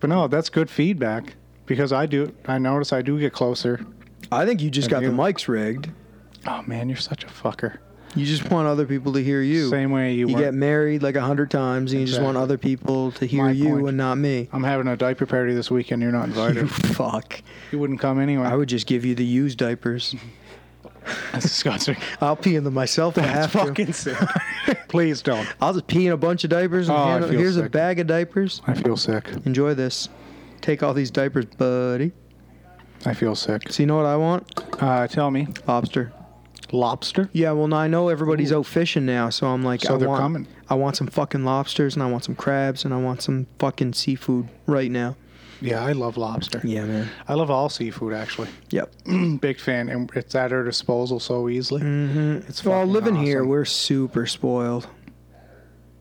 Speaker 1: But no, that's good feedback because I do. I notice I do get closer.
Speaker 2: I think you just got
Speaker 1: you-
Speaker 2: the mics rigged.
Speaker 1: Oh man, you're such a fucker.
Speaker 2: You just want other people to hear you.
Speaker 1: Same way you,
Speaker 2: You
Speaker 1: were.
Speaker 2: get married like a hundred times, and you just want
Speaker 1: Exactly.
Speaker 2: other people to hear
Speaker 1: My
Speaker 2: you
Speaker 1: point.
Speaker 2: and not me.
Speaker 1: I'm having a diaper party this weekend. You're not
Speaker 2: (laughs) You
Speaker 1: invited.
Speaker 2: fuck.
Speaker 1: you wouldn't come anyway.
Speaker 2: I would just give you the used diapers.
Speaker 1: That's disgusting.
Speaker 2: (laughs)
Speaker 1: (laughs)
Speaker 2: I'll pee in them myself. if I have
Speaker 1: That's
Speaker 2: to.
Speaker 1: fucking sick. Please don't.
Speaker 2: (laughs) I'll just pee in a bunch of diapers. And
Speaker 1: Oh, I
Speaker 2: hand
Speaker 1: feel
Speaker 2: here's a
Speaker 1: sick.
Speaker 2: bag of diapers.
Speaker 1: I feel sick.
Speaker 2: Enjoy this. Take all these diapers, buddy.
Speaker 1: I feel sick.
Speaker 2: So you know what I want?
Speaker 1: Uh, tell me,
Speaker 2: Lobster.
Speaker 1: lobster?
Speaker 2: Yeah, well, now I know everybody's out fishing now, so I'm like,
Speaker 1: So
Speaker 2: I
Speaker 1: they're
Speaker 2: want,
Speaker 1: coming.
Speaker 2: I want some fucking lobsters, and I want some crabs, and I want some fucking seafood right now.
Speaker 1: Yeah, I love lobster.
Speaker 2: Yeah, man.
Speaker 1: I love all seafood actually.
Speaker 2: Yep.
Speaker 1: (clears throat) Big fan, and it's at our disposal so easily. Mm-hmm. It's
Speaker 2: Well,
Speaker 1: fucking
Speaker 2: living
Speaker 1: awesome.
Speaker 2: here, we're super spoiled.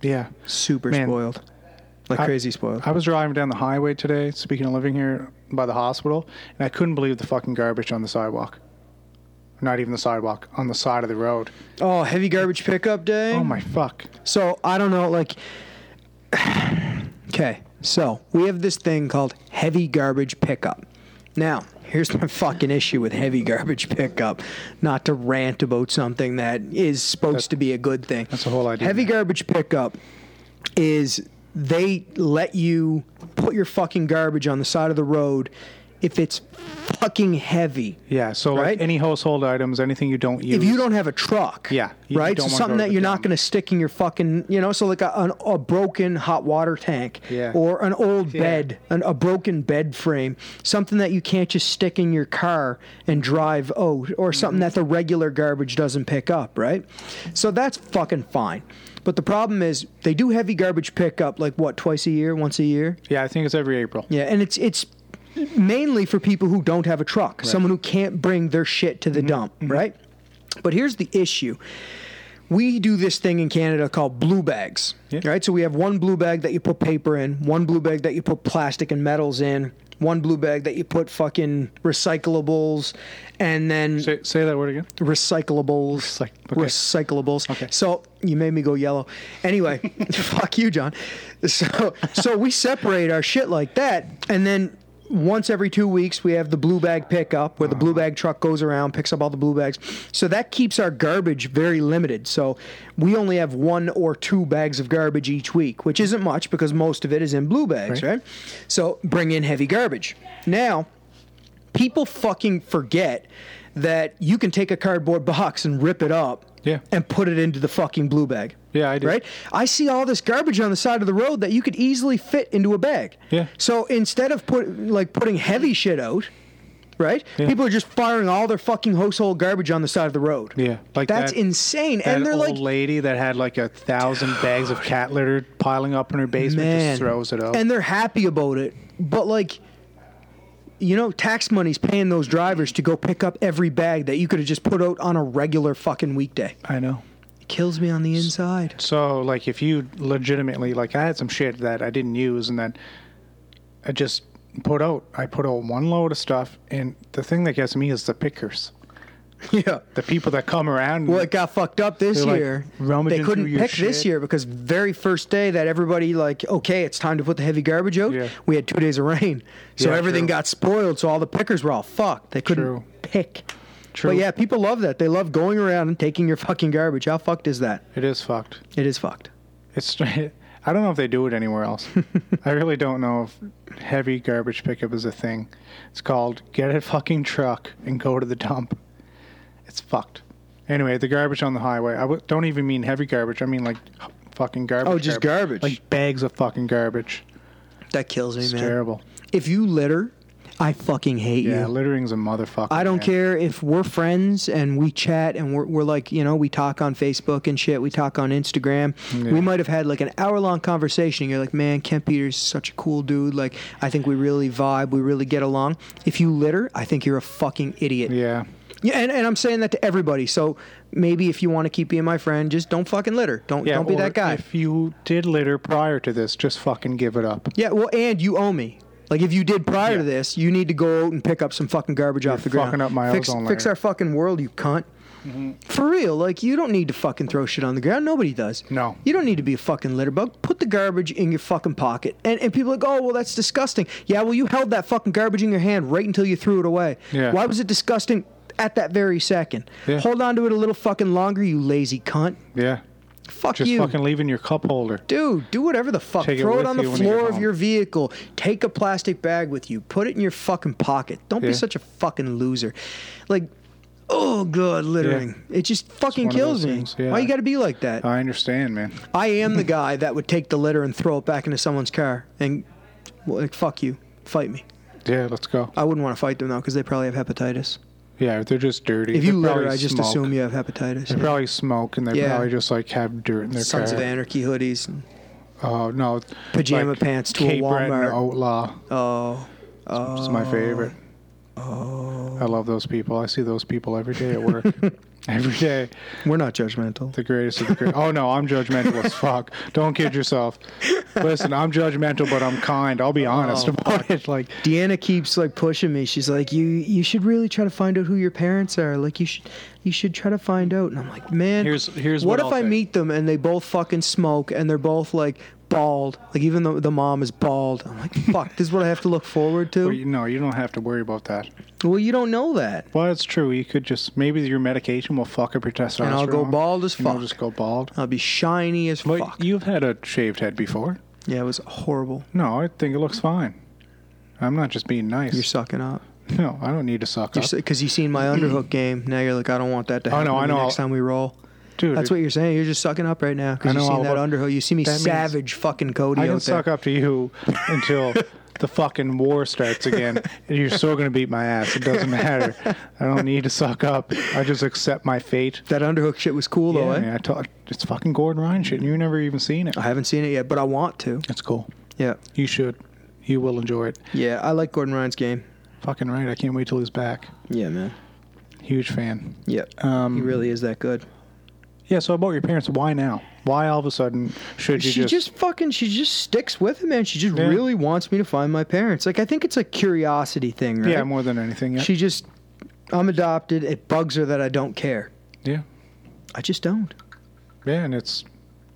Speaker 1: Yeah,
Speaker 2: Super
Speaker 1: Man.
Speaker 2: spoiled. Like
Speaker 1: I-
Speaker 2: crazy spoiled.
Speaker 1: I was driving down the highway today. Speaking of living here by the hospital, and I couldn't believe the fucking garbage on the sidewalk. Not even the sidewalk on the side of the road.
Speaker 2: oh, heavy garbage pickup day.
Speaker 1: Oh my fuck!
Speaker 2: So I don't know, like, (sighs) okay. So we have this thing called heavy garbage pickup. Now, here's my fucking issue with heavy garbage pickup. Not to rant about something that is supposed to be a good thing.
Speaker 1: that's the whole idea.
Speaker 2: Heavy garbage pickup is they let you put your fucking garbage on the side of the road if it's fucking heavy.
Speaker 1: Yeah, so
Speaker 2: Right?
Speaker 1: like any household items, anything you don't use.
Speaker 2: If you don't have a truck,
Speaker 1: Yeah, you
Speaker 2: right.
Speaker 1: don't
Speaker 2: So
Speaker 1: wanna go
Speaker 2: something
Speaker 1: to
Speaker 2: that
Speaker 1: the
Speaker 2: you're not
Speaker 1: dump.
Speaker 2: going to stick in your fucking, you know, so like a, an, a broken hot water tank,
Speaker 1: Yeah.
Speaker 2: or an old bed, an, a broken bed frame, something that you can't just stick in your car and drive out,
Speaker 1: Mm-hmm.
Speaker 2: or something that the regular garbage doesn't pick up, right? So that's fucking fine. But the problem is they do heavy garbage pickup like what twice a year, once a year.
Speaker 1: yeah, I think it's every April.
Speaker 2: Yeah, and it's it's mainly for people who don't have a truck, someone who can't bring their shit to the dump, right? But here's the issue. We do this thing in Canada called blue bags.
Speaker 1: Yeah.
Speaker 2: Right? So we have one blue bag that you put paper in, one blue bag that you put plastic and metals in, one blue bag that you put fucking recyclables and then
Speaker 1: Say, say that word again.
Speaker 2: recyclables.
Speaker 1: Recyc- okay.
Speaker 2: Recyclables.
Speaker 1: Okay.
Speaker 2: So you made me go yellow.
Speaker 1: (laughs)
Speaker 2: Anyway, fuck you, John. So so we separate our shit like that, and then once every two weeks we have the blue bag pickup where the blue bag truck goes around picks up all the blue bags so that keeps our garbage very limited so we only have one or two bags of garbage each week which isn't much because most of it is in blue bags
Speaker 1: Right.
Speaker 2: right so bring in heavy garbage now people fucking forget that you can take a cardboard box and rip it up
Speaker 1: Yeah.
Speaker 2: and put it into the fucking blue bag.
Speaker 1: Yeah, I do.
Speaker 2: Right? I see all this garbage on the side of the road that you could easily fit into a bag.
Speaker 1: Yeah.
Speaker 2: So instead of put like putting heavy shit out, right?
Speaker 1: Yeah.
Speaker 2: People are just firing all their fucking household garbage on the side of the road.
Speaker 1: Yeah, like
Speaker 2: That's
Speaker 1: that-
Speaker 2: insane.
Speaker 1: That
Speaker 2: and they're
Speaker 1: old
Speaker 2: like
Speaker 1: lady that had like a thousand bags
Speaker 2: (sighs)
Speaker 1: of cat litter piling up in her basement
Speaker 2: man
Speaker 1: just throws it out.
Speaker 2: and they're happy about it but like you know tax money's paying those drivers to go pick up every bag that you could have just put out on a regular fucking weekday
Speaker 1: I know.
Speaker 2: it kills me on the inside
Speaker 1: So like if you legitimately like I had some shit that I didn't use and then I just put out I put out one load of stuff and the thing that gets me is the pickers.
Speaker 2: (laughs) yeah
Speaker 1: The people that come around
Speaker 2: well, it got fucked up this
Speaker 1: They're, like,
Speaker 2: year.
Speaker 1: rummaging
Speaker 2: they couldn't
Speaker 1: through your
Speaker 2: pick this
Speaker 1: shit.
Speaker 2: year because very first day that everybody like, okay, it's time to put the heavy garbage out.
Speaker 1: Yeah.
Speaker 2: We had two days of rain, so
Speaker 1: Yeah,
Speaker 2: everything
Speaker 1: true.
Speaker 2: got spoiled. So all the pickers were all fucked. They couldn't
Speaker 1: True.
Speaker 2: pick.
Speaker 1: True.
Speaker 2: But yeah, people love that. They love going around and taking your fucking garbage. How fucked is that?
Speaker 1: It is fucked.
Speaker 2: It is fucked.
Speaker 1: It's. I don't know if they do it anywhere else. (laughs) I really don't know if heavy garbage pickup is a thing. It's called get a fucking truck and go to the dump. It's fucked. Anyway, the garbage on the highway. I w- don't even mean heavy garbage. I mean like fucking garbage.
Speaker 2: Oh, just garbage.
Speaker 1: Like bags of fucking garbage.
Speaker 2: That kills me,
Speaker 1: It's
Speaker 2: man.
Speaker 1: terrible.
Speaker 2: If you litter, I fucking hate
Speaker 1: Yeah,
Speaker 2: you.
Speaker 1: littering's a motherfucker.
Speaker 2: I don't
Speaker 1: man.
Speaker 2: care if we're friends and we chat and we're, we're like, you know, we talk on Facebook and shit. We talk on Instagram.
Speaker 1: Yeah.
Speaker 2: We might have had like an hour long conversation. And you're like, man, Kent Peters is such a cool dude. Like, I think we really vibe. We really get along. If you litter, I think you're a fucking idiot.
Speaker 1: Yeah.
Speaker 2: Yeah, and, and I'm saying that to everybody. So maybe if you want to keep being my friend, just don't fucking litter. Don't
Speaker 1: Yeah,
Speaker 2: don't be
Speaker 1: or
Speaker 2: that guy.
Speaker 1: If you did litter prior to this, just fucking give it up.
Speaker 2: yeah, well, and you owe me. Like if you did prior to
Speaker 1: Yeah.
Speaker 2: this, you need to go out and pick up some fucking garbage off the ground.
Speaker 1: fucking up my
Speaker 2: fix,
Speaker 1: ozone
Speaker 2: fix
Speaker 1: layer. Mm-hmm.
Speaker 2: our fucking world, you cunt. For real, like you don't need to fucking throw shit on the ground. Nobody does.
Speaker 1: No.
Speaker 2: You don't need to be a fucking litter bug. Put the garbage in your fucking pocket. And and people are like, oh well, that's disgusting. Yeah, well, you held that fucking garbage in your hand right until you threw it away.
Speaker 1: Yeah.
Speaker 2: Why was it disgusting at that very second?
Speaker 1: Yeah.
Speaker 2: Hold on to it a little fucking longer, you lazy cunt.
Speaker 1: Yeah.
Speaker 2: Fuck
Speaker 1: Just
Speaker 2: you.
Speaker 1: fucking leave in your cup holder.
Speaker 2: Dude, do whatever the fuck.
Speaker 1: Take it
Speaker 2: Throw it,
Speaker 1: with
Speaker 2: on the
Speaker 1: you when you get
Speaker 2: floor of
Speaker 1: home.
Speaker 2: your vehicle. Take a plastic bag with you. Put it in your fucking pocket. Don't
Speaker 1: Yeah.
Speaker 2: be such a fucking loser. Like, oh god, littering. It just fucking
Speaker 1: one of
Speaker 2: kills
Speaker 1: those
Speaker 2: me.
Speaker 1: things, yeah. Uh,
Speaker 2: Why you got to be like that?
Speaker 1: I understand, man.
Speaker 2: I am the guy that would take the litter and throw it back into someone's car and well, like fuck you, fight me.
Speaker 1: Yeah, let's go.
Speaker 2: I wouldn't want to fight them though because they probably have hepatitis.
Speaker 1: Yeah, they're just dirty.
Speaker 2: If you
Speaker 1: They probably
Speaker 2: litter, I just
Speaker 1: smoke.
Speaker 2: assume you have hepatitis.
Speaker 1: They probably smoke and they
Speaker 2: Yeah.
Speaker 1: probably just like have dirt in their
Speaker 2: Sons
Speaker 1: car.
Speaker 2: of Anarchy hoodies. And,
Speaker 1: Oh no,
Speaker 2: Pajama pants to a
Speaker 1: Cape Breton
Speaker 2: Walmart.
Speaker 1: Outlaw
Speaker 2: oh,
Speaker 1: is my favorite. Oh, I love those people. I see those people every day at
Speaker 2: (laughs)
Speaker 1: work. every day,
Speaker 2: we're not judgmental.
Speaker 1: the greatest of the great. Oh no, I'm judgmental as fuck. Don't kid yourself. Listen, I'm judgmental, but I'm kind. I'll be
Speaker 2: Oh.
Speaker 1: honest about it. Like,
Speaker 2: Deanna keeps like pushing me. She's like, "You you should really try to find out who your parents are. Like you should you should try to find out." And I'm like, "Man,
Speaker 1: Here's- here's what
Speaker 2: what, if
Speaker 1: I'll
Speaker 2: I
Speaker 1: think."
Speaker 2: meet them and they both fucking smoke and they're both like bald. Like even though the mom is bald,
Speaker 1: (laughs)
Speaker 2: I'm like, "Fuck, this is what I have to look forward
Speaker 1: well,
Speaker 2: to."
Speaker 1: you- no, you don't have to worry about that.
Speaker 2: Well, you don't know that.
Speaker 1: Well, it's true. You could just maybe your medication will fuck up your testosterone.
Speaker 2: And I'll go bald as
Speaker 1: and you'll
Speaker 2: fuck.
Speaker 1: just go bald.
Speaker 2: I'll be shiny as
Speaker 1: Well,
Speaker 2: fuck.
Speaker 1: you've had a shaved head before.
Speaker 2: yeah, it was horrible.
Speaker 1: No, I think it looks fine. I'm not just being nice.
Speaker 2: You're sucking up
Speaker 1: no, I don't need to suck up.
Speaker 2: because you seen my underhook game. Now you're like, "I don't want that to
Speaker 1: I
Speaker 2: happen."
Speaker 1: know,
Speaker 2: to
Speaker 1: I
Speaker 2: me
Speaker 1: know.
Speaker 2: Next time we roll.
Speaker 1: Dude,
Speaker 2: That's what you're saying. You're just sucking up right now
Speaker 1: I
Speaker 2: because you
Speaker 1: know,
Speaker 2: seen
Speaker 1: I'll
Speaker 2: that
Speaker 1: look-
Speaker 2: underhook. You see me
Speaker 1: that means
Speaker 2: savage fucking Cody
Speaker 1: I can
Speaker 2: out there.
Speaker 1: suck up to you
Speaker 2: (laughs)
Speaker 1: until the fucking war starts again, and you're still gonna beat my ass. It doesn't matter. I don't need to suck up. I just accept my fate.
Speaker 2: That underhook shit was cool though.
Speaker 1: I,
Speaker 2: Eh?
Speaker 1: mean, I told- it's fucking Gordon Ryan shit, and you never even seen it.
Speaker 2: I haven't seen it yet, but I want to.
Speaker 1: It's cool.
Speaker 2: Yeah,
Speaker 1: You should. You will enjoy it.
Speaker 2: yeah. I like Gordon Ryan's game.
Speaker 1: Fucking right. I can't wait till he's back.
Speaker 2: Yeah, man.
Speaker 1: Huge fan.
Speaker 2: Yeah,
Speaker 1: Um,
Speaker 2: he really is that good.
Speaker 1: Yeah. So about your parents, why now? Why all of a sudden should you
Speaker 2: She just, fucking she just sticks with it, man. She just
Speaker 1: Yeah.
Speaker 2: really wants me to find my parents. Like I think it's a curiosity thing, right?
Speaker 1: yeah more than anything? Yeah.
Speaker 2: She just I'm adopted. It bugs her that I don't care.
Speaker 1: yeah.
Speaker 2: I just don't.
Speaker 1: Yeah, and it's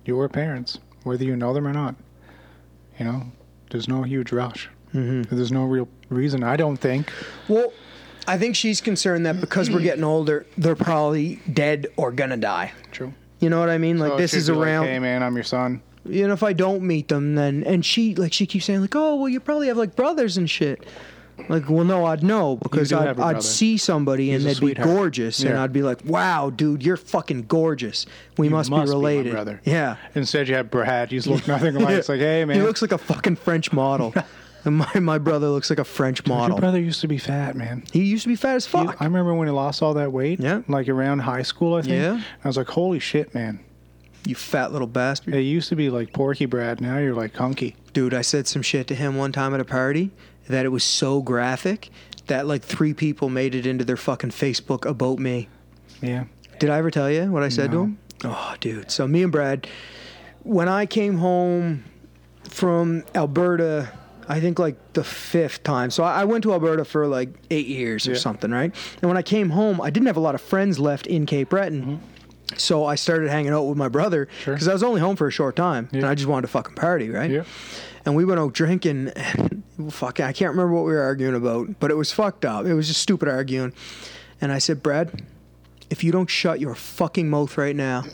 Speaker 1: your parents, whether you know them or not. You know, there's no huge rush. Mm-hmm. There's no real reason, I don't think.
Speaker 2: Well, I think she's concerned that because (clears throat) we're getting older, they're probably dead or gonna die.
Speaker 1: True. Oh,
Speaker 2: You know what I mean? Like this is around.
Speaker 1: hey, man, I'm your son.
Speaker 2: you know, if I don't meet them, then and she like she keeps saying like, oh well, you probably have like brothers and shit. Like, well, no, I'd know because
Speaker 1: do
Speaker 2: I'd,
Speaker 1: have a
Speaker 2: I'd
Speaker 1: brother.
Speaker 2: see somebody
Speaker 1: He's a
Speaker 2: and they'd be
Speaker 1: sweetheart.
Speaker 2: gorgeous, and
Speaker 1: Yeah.
Speaker 2: I'd be like, wow, dude, you're fucking gorgeous. We must,
Speaker 1: must
Speaker 2: be
Speaker 1: be my
Speaker 2: related.
Speaker 1: brother.
Speaker 2: Yeah.
Speaker 1: Instead, you have Brad. He's
Speaker 2: (laughs)
Speaker 1: looked nothing like. It's like, hey, man.
Speaker 2: he looks like a fucking French
Speaker 1: (laughs)
Speaker 2: model. and my my brother looks like a French
Speaker 1: your
Speaker 2: model.
Speaker 1: brother used to be fat, man.
Speaker 2: He used to be fat as
Speaker 1: He-
Speaker 2: fuck.
Speaker 1: I remember when he lost all that weight.
Speaker 2: Yeah.
Speaker 1: Like around high school, I think.
Speaker 2: Yeah.
Speaker 1: I was like, holy shit, man.
Speaker 2: you fat little bastard.
Speaker 1: It used to be like Porky Brad. Now you're like hunky.
Speaker 2: Dude, I said some shit to him one time at a party that it was so graphic that like three people made it into their fucking Facebook about me.
Speaker 1: Yeah.
Speaker 2: Did I ever tell you what I said to
Speaker 1: No.
Speaker 2: him? Oh, dude. So me and Brad, when I came home from Alberta, I think like the fifth time. So I I went to Alberta for like eight years or
Speaker 1: Yeah.
Speaker 2: something, right? And when I came home, I didn't have a lot of friends left in Cape Breton.
Speaker 1: Mm-hmm.
Speaker 2: So I started hanging out with my brother because I was only home for a short time, and I just wanted to fucking party, right?
Speaker 1: Yeah.
Speaker 2: And we went out drinking, and fucking, I can't remember what we were arguing about, but it was fucked up. It was just stupid arguing. And I said, Brad, if you don't shut your fucking mouth right now,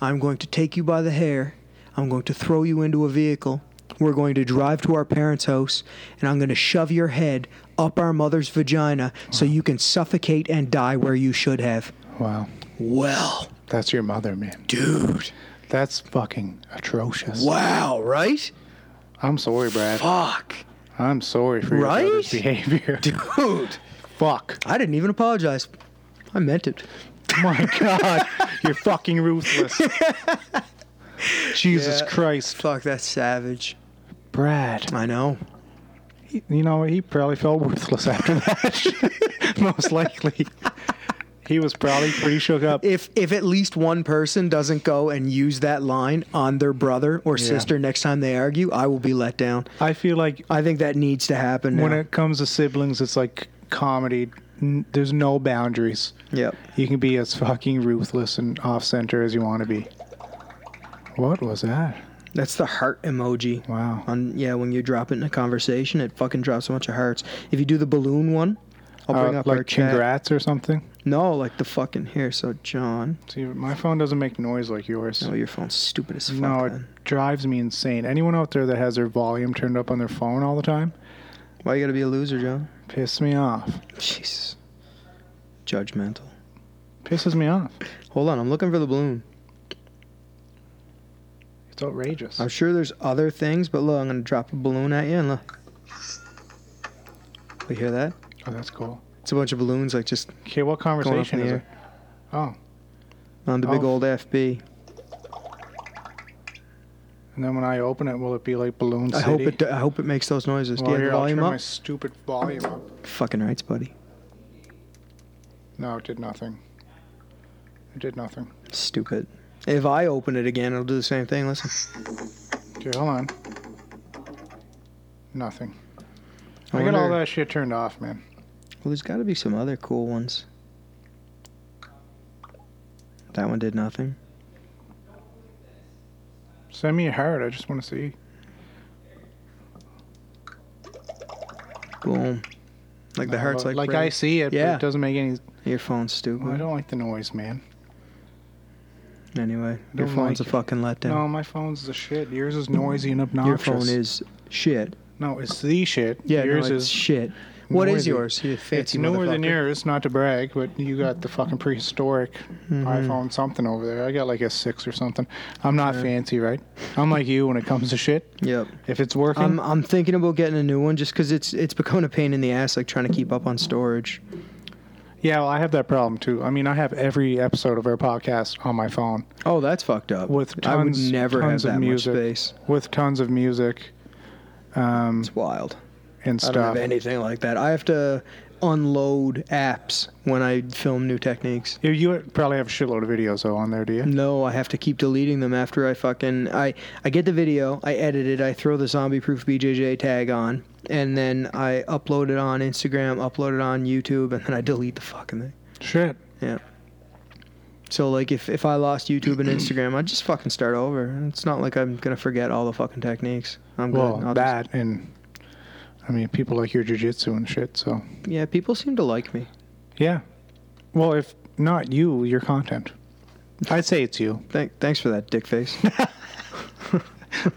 Speaker 2: I'm going to take you by the hair. I'm going to throw you into a vehicle. We're going to drive to our parents' house, and I'm going to shove your head up our mother's vagina so you can suffocate and die where you should have.
Speaker 1: Wow.
Speaker 2: Well,
Speaker 1: That's your mother, man.
Speaker 2: dude.
Speaker 1: That's fucking atrocious.
Speaker 2: Wow, right?
Speaker 1: I'm sorry, Brad.
Speaker 2: Fuck.
Speaker 1: I'm sorry for your
Speaker 2: Right?
Speaker 1: brother's behavior.
Speaker 2: (laughs) Dude.
Speaker 1: Fuck.
Speaker 2: I didn't even apologize. I meant it.
Speaker 1: (laughs) My God. You're fucking ruthless.
Speaker 2: (laughs)
Speaker 1: Jesus
Speaker 2: Yeah.
Speaker 1: Christ.
Speaker 2: Fuck, that's savage.
Speaker 1: Brad.
Speaker 2: I know.
Speaker 1: you know, he probably felt worthless after that. (laughs) Most likely. He was probably pretty shook up.
Speaker 2: If if at least one person doesn't go and use that line on their brother or sister next time they argue, I will be let down.
Speaker 1: I feel like
Speaker 2: I think that needs to happen.
Speaker 1: when
Speaker 2: now.
Speaker 1: it comes to siblings, it's like comedy. N- There's no boundaries.
Speaker 2: yep.
Speaker 1: You can be as fucking ruthless and off center as you want to be. What was that?
Speaker 2: That's the heart emoji.
Speaker 1: Wow.
Speaker 2: On yeah, when you drop it in a conversation, it fucking drops a bunch of hearts. If you do the balloon one, I'll bring
Speaker 1: Uh,
Speaker 2: up our
Speaker 1: like
Speaker 2: chat.
Speaker 1: congrats or something?
Speaker 2: No, like the fucking here. So John,
Speaker 1: See, my phone doesn't make noise like yours.
Speaker 2: oh, your phone's stupid as fuck.
Speaker 1: No, it
Speaker 2: then.
Speaker 1: drives me insane. Anyone out there that has their volume turned up on their phone all the time,
Speaker 2: Why you gotta be a loser, John?
Speaker 1: piss me off.
Speaker 2: Jesus. Judgmental.
Speaker 1: Pisses me off.
Speaker 2: Hold on, I'm looking for the balloon.
Speaker 1: It's outrageous.
Speaker 2: I'm sure there's other things, but look, I'm gonna drop a balloon at you and look. We hear that?
Speaker 1: Oh, that's cool.
Speaker 2: It's a bunch of balloons, like just
Speaker 1: Okay, what
Speaker 2: going up in
Speaker 1: conversation
Speaker 2: the
Speaker 1: is it?
Speaker 2: air.
Speaker 1: Oh,
Speaker 2: On the big
Speaker 1: Oh.
Speaker 2: old FB.
Speaker 1: and then when I open it, will it be like Balloon City?
Speaker 2: I hope it. I hope it makes those noises.
Speaker 1: Well,
Speaker 2: Do you have
Speaker 1: here,
Speaker 2: the
Speaker 1: I'll
Speaker 2: volume
Speaker 1: turn
Speaker 2: up?
Speaker 1: my stupid volume up.
Speaker 2: Fucking rights, buddy.
Speaker 1: No, it did nothing. It did nothing.
Speaker 2: Stupid. If I open it again, it'll do the same thing. Listen.
Speaker 1: Okay, hold on. Nothing.
Speaker 2: I,
Speaker 1: I, got all
Speaker 2: wonder-
Speaker 1: that shit turned off, man.
Speaker 2: Well, there's got to be some other cool ones. That one did nothing.
Speaker 1: Send me a heart. I just want to see.
Speaker 2: Boom. Like the heart's like
Speaker 1: Uh, like
Speaker 2: red.
Speaker 1: I see it, but
Speaker 2: Yeah.
Speaker 1: it doesn't make any.
Speaker 2: Your phone's
Speaker 1: I
Speaker 2: stupid.
Speaker 1: don't like the noise, man.
Speaker 2: anyway, your
Speaker 1: don't
Speaker 2: phone's
Speaker 1: like
Speaker 2: a
Speaker 1: it.
Speaker 2: fucking
Speaker 1: No,
Speaker 2: letdown.
Speaker 1: my phone's the shit. Yours is noisy and obnoxious.
Speaker 2: your phone is shit.
Speaker 1: No, it's the shit.
Speaker 2: Yeah,
Speaker 1: yours
Speaker 2: no, it's
Speaker 1: is
Speaker 2: shit. What is
Speaker 1: noisy.
Speaker 2: yours? You fancy
Speaker 1: it's newer than
Speaker 2: motherfucker?
Speaker 1: yours, not to brag, but you got the fucking prehistoric
Speaker 2: Mm-hmm.
Speaker 1: iPhone something over there. I got like a six or something. I'm not fancy, right? I'm like you when it comes to shit.
Speaker 2: Yep.
Speaker 1: If it's working,
Speaker 2: I'm I'm thinking about getting a new one just because it's it's becoming a pain in the ass like trying to keep up on storage.
Speaker 1: yeah, well, I have that problem too. I mean, I have every episode of our podcast on my phone
Speaker 2: Oh, that's fucked up.
Speaker 1: With
Speaker 2: I would
Speaker 1: tons-
Speaker 2: never have
Speaker 1: tons of
Speaker 2: that much
Speaker 1: music.
Speaker 2: space.
Speaker 1: with tons of music um,
Speaker 2: It's wild.
Speaker 1: and
Speaker 2: I don't
Speaker 1: stuff.
Speaker 2: have anything like that. I have to unload apps when I film new techniques.
Speaker 1: You- You probably have a shitload of videos though on there, do you?
Speaker 2: No, I have to keep deleting them after I fucking I I get the video, I edit it, I throw the zombie proof BJJ tag on, and then I upload it on Instagram, upload it on YouTube, and then I delete the fucking thing.
Speaker 1: Shit.
Speaker 2: Yeah. So like if if I lost YouTube and Instagram, I'd just fucking start over. It's not like I'm gonna forget all the fucking techniques. I'm good.
Speaker 1: Well,
Speaker 2: I'll
Speaker 1: that and I mean, people like your jujitsu and shit. So
Speaker 2: just- yeah, people seem to like me.
Speaker 1: yeah. Well, if not you, your content. I'd say it's you.
Speaker 2: Thank thanks for that, dick face.
Speaker 1: (laughs)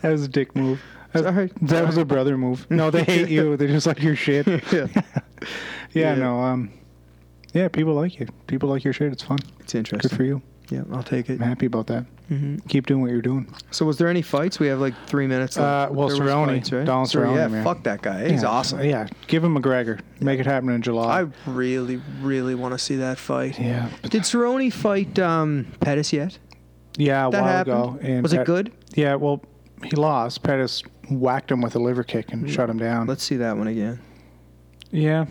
Speaker 1: That was a dick move. That,
Speaker 2: Sorry.
Speaker 1: that was a brother move. (laughs) No, they hate you. They just like your shit. (laughs) Yeah,
Speaker 2: yeah. Yeah.
Speaker 1: no, um, yeah, people like you. People like your shit. It's fun.
Speaker 2: It's
Speaker 1: Good
Speaker 2: interesting.
Speaker 1: for you.
Speaker 2: Yeah, I'll take it.
Speaker 1: I'm happy about that.
Speaker 2: hmm
Speaker 1: Keep doing what you're doing.
Speaker 2: So was there any fights? We have like three minutes left.
Speaker 1: Uh, well,
Speaker 2: There was
Speaker 1: Cerrone.
Speaker 2: fights,
Speaker 1: Donald
Speaker 2: Cer-
Speaker 1: Cerrone,
Speaker 2: Yeah,
Speaker 1: man.
Speaker 2: fuck that guy. He's
Speaker 1: Yeah,
Speaker 2: awesome.
Speaker 1: Yeah, give him McGregor. Make it happen in July.
Speaker 2: I really, really want to see that fight.
Speaker 1: yeah, but-
Speaker 2: Did Cerrone fight um, Pettis yet?
Speaker 1: yeah, a
Speaker 2: That
Speaker 1: while ago.
Speaker 2: happened.
Speaker 1: And
Speaker 2: was it
Speaker 1: Pet-
Speaker 2: good?
Speaker 1: Yeah, well, he lost. Pettis whacked him with a liver kick and shut him down.
Speaker 2: Let's see that one again.
Speaker 1: yeah.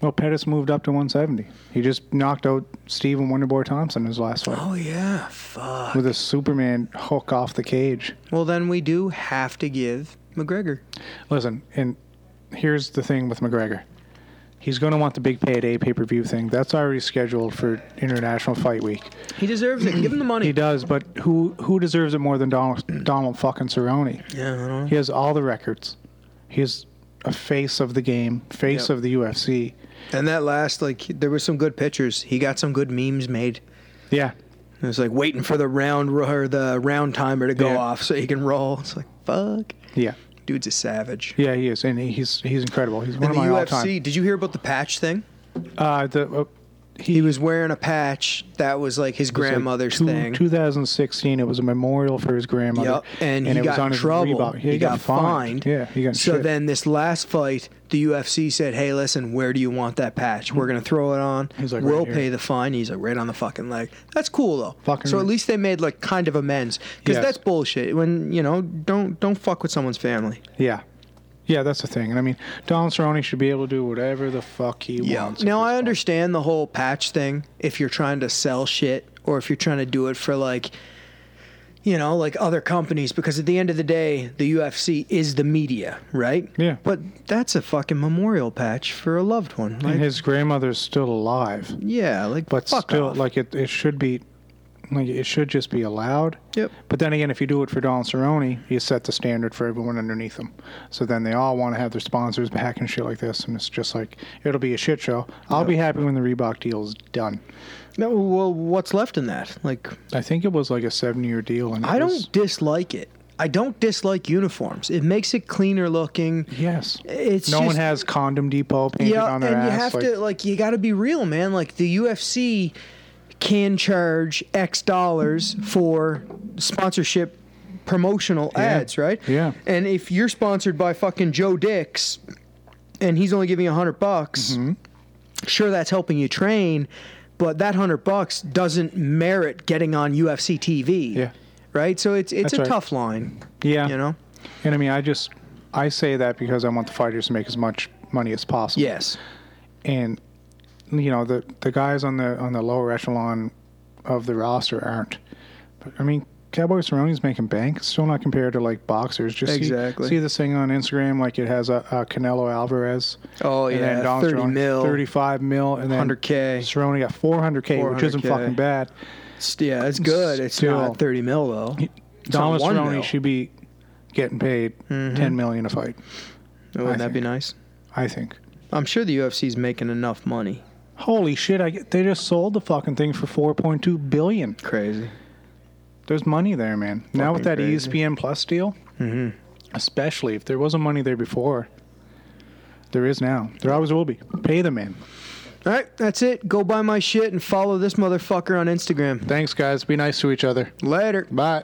Speaker 1: Well, Pettis moved up to 170. He just knocked out Steven Wonderboy Thompson in his last fight
Speaker 2: Oh yeah, fuck.
Speaker 1: with a Superman hook off the cage.
Speaker 2: Well, then we do have to give McGregor.
Speaker 1: Listen, and here's the thing with McGregor. He's going to want the big payday pay per view thing. That's already scheduled for International Fight Week.
Speaker 2: He deserves it. give him the
Speaker 1: He
Speaker 2: money.
Speaker 1: does, but who who deserves it more than Donald Donald fucking Cerrone?
Speaker 2: Yeah, I don't know.
Speaker 1: He has all the records. He has a face of the game, face
Speaker 2: Yep.
Speaker 1: of the UFC.
Speaker 2: And that last, like, there was some good pictures. He got some good memes made.
Speaker 1: Yeah.
Speaker 2: It was like waiting for the round ro- or the round timer to go
Speaker 1: Yeah.
Speaker 2: off so he can roll. It's like fuck,
Speaker 1: Yeah.
Speaker 2: dude's a savage.
Speaker 1: Yeah, he is, and he- he's he's incredible. He's one
Speaker 2: And
Speaker 1: of
Speaker 2: the
Speaker 1: my all time.
Speaker 2: UFC, did you hear about the patch thing?
Speaker 1: Uh, the uh,
Speaker 2: He was wearing a patch that was like his
Speaker 1: was like
Speaker 2: grandmother's
Speaker 1: two-
Speaker 2: thing.
Speaker 1: 2016. It was a memorial for his grandmother.
Speaker 2: Yep, and, he got in trouble.
Speaker 1: Reebok. Yeah,
Speaker 2: he, got, fined.
Speaker 1: Yeah, he got in
Speaker 2: So
Speaker 1: shit.
Speaker 2: then this last fight, the UFC said, "Hey, listen, where do you want that patch? We're gonna throw it on.
Speaker 1: He's like,
Speaker 2: we'll
Speaker 1: right here."
Speaker 2: pay the fine." He's like, "Right on the fucking leg." That's cool though.
Speaker 1: Fucking-
Speaker 2: so at least they made like kind of amends because
Speaker 1: Yes.
Speaker 2: that's bullshit. When you know, don't don't fuck with someone's family.
Speaker 1: yeah, yeah, that's the thing. And I mean, Don Cerrone should be able to do whatever the fuck he wants. at
Speaker 2: Now
Speaker 1: this
Speaker 2: I
Speaker 1: point.
Speaker 2: understand the whole patch thing if you're trying to sell shit or if you're trying to do it for like you know, like other companies because at the end of the day, the UFC is the media, right?
Speaker 1: Yeah.
Speaker 2: But that's a fucking memorial patch for a loved one. Like,
Speaker 1: And his grandmother's still alive,
Speaker 2: yeah, like
Speaker 1: but
Speaker 2: fuck
Speaker 1: still,
Speaker 2: off.
Speaker 1: like it, it should be, like it should just be allowed.
Speaker 2: Yep.
Speaker 1: But then again, if you do it for Don Cerrone, you set the standard for everyone underneath him. So then they all want to have their sponsors back and shit like this, and it's just like it'll be a shit show. I'll be happy when the Reebok deal's done.
Speaker 2: No, well, what's left in that? Like
Speaker 1: I think it was like a seven-year deal, and it
Speaker 2: I
Speaker 1: was-
Speaker 2: don't dislike it. I don't dislike uniforms. It makes it cleaner looking.
Speaker 1: Yes.
Speaker 2: It's
Speaker 1: no one
Speaker 2: just-
Speaker 1: has condom depot painted
Speaker 2: yeah,
Speaker 1: on their
Speaker 2: and
Speaker 1: ass.
Speaker 2: you have
Speaker 1: like,
Speaker 2: to like you got to be real, man. Like the UFC can charge X dollars for sponsorship promotional ads, right?
Speaker 1: yeah.
Speaker 2: And if you're sponsored by fucking Joe Dix, and he's only giving you a hundred bucks,
Speaker 1: Mm-hmm.
Speaker 2: sure that's helping you train, but that hundred bucks doesn't merit getting on UFC TV.
Speaker 1: Yeah.
Speaker 2: Right. So it's it's
Speaker 1: That's
Speaker 2: a
Speaker 1: right.
Speaker 2: tough line.
Speaker 1: yeah.
Speaker 2: You know.
Speaker 1: And I mean, I just I say that because I want the fighters to make as much money as possible.
Speaker 2: Yes.
Speaker 1: And you know the the guys on the on the lower echelon of the roster aren't. But, I mean. Cowboy Cerrone's making bank. It's still not compared to like boxers. Just see-
Speaker 2: Exactly.
Speaker 1: see, this thing on Instagram, like it has a, a Canelo Alvarez.
Speaker 2: Oh
Speaker 1: and
Speaker 2: yeah.
Speaker 1: then Don
Speaker 2: Thirty
Speaker 1: Cerrone,
Speaker 2: mil.
Speaker 1: thirty-five mil, and then
Speaker 2: 100K.
Speaker 1: Cerrone got four hundred k, which isn't
Speaker 2: 400K.
Speaker 1: fucking bad.
Speaker 2: It's- Yeah, it's good. It's
Speaker 1: Still-
Speaker 2: not thirty mil though. It's not
Speaker 1: Thomas
Speaker 2: one
Speaker 1: Cerrone
Speaker 2: mil. Mm-hmm.
Speaker 1: should be getting paid ten million a fight.
Speaker 2: Wouldn't that be
Speaker 1: think.
Speaker 2: nice?
Speaker 1: I think.
Speaker 2: I'm sure the UFC's making enough money.
Speaker 1: Holy shit! I get, they just sold the fucking thing for four point two billion.
Speaker 2: Crazy.
Speaker 1: There's money there, man. now with that E
Speaker 2: Fucking crazy. Mm-hmm.
Speaker 1: ESPN Plus deal, especially if there wasn't money there before, there is now. There always will be. Pay the man.
Speaker 2: All right, that's it. Go buy my shit and follow this motherfucker on Instagram.
Speaker 1: Thanks, guys. Be nice to each other.
Speaker 2: Later.
Speaker 1: Bye.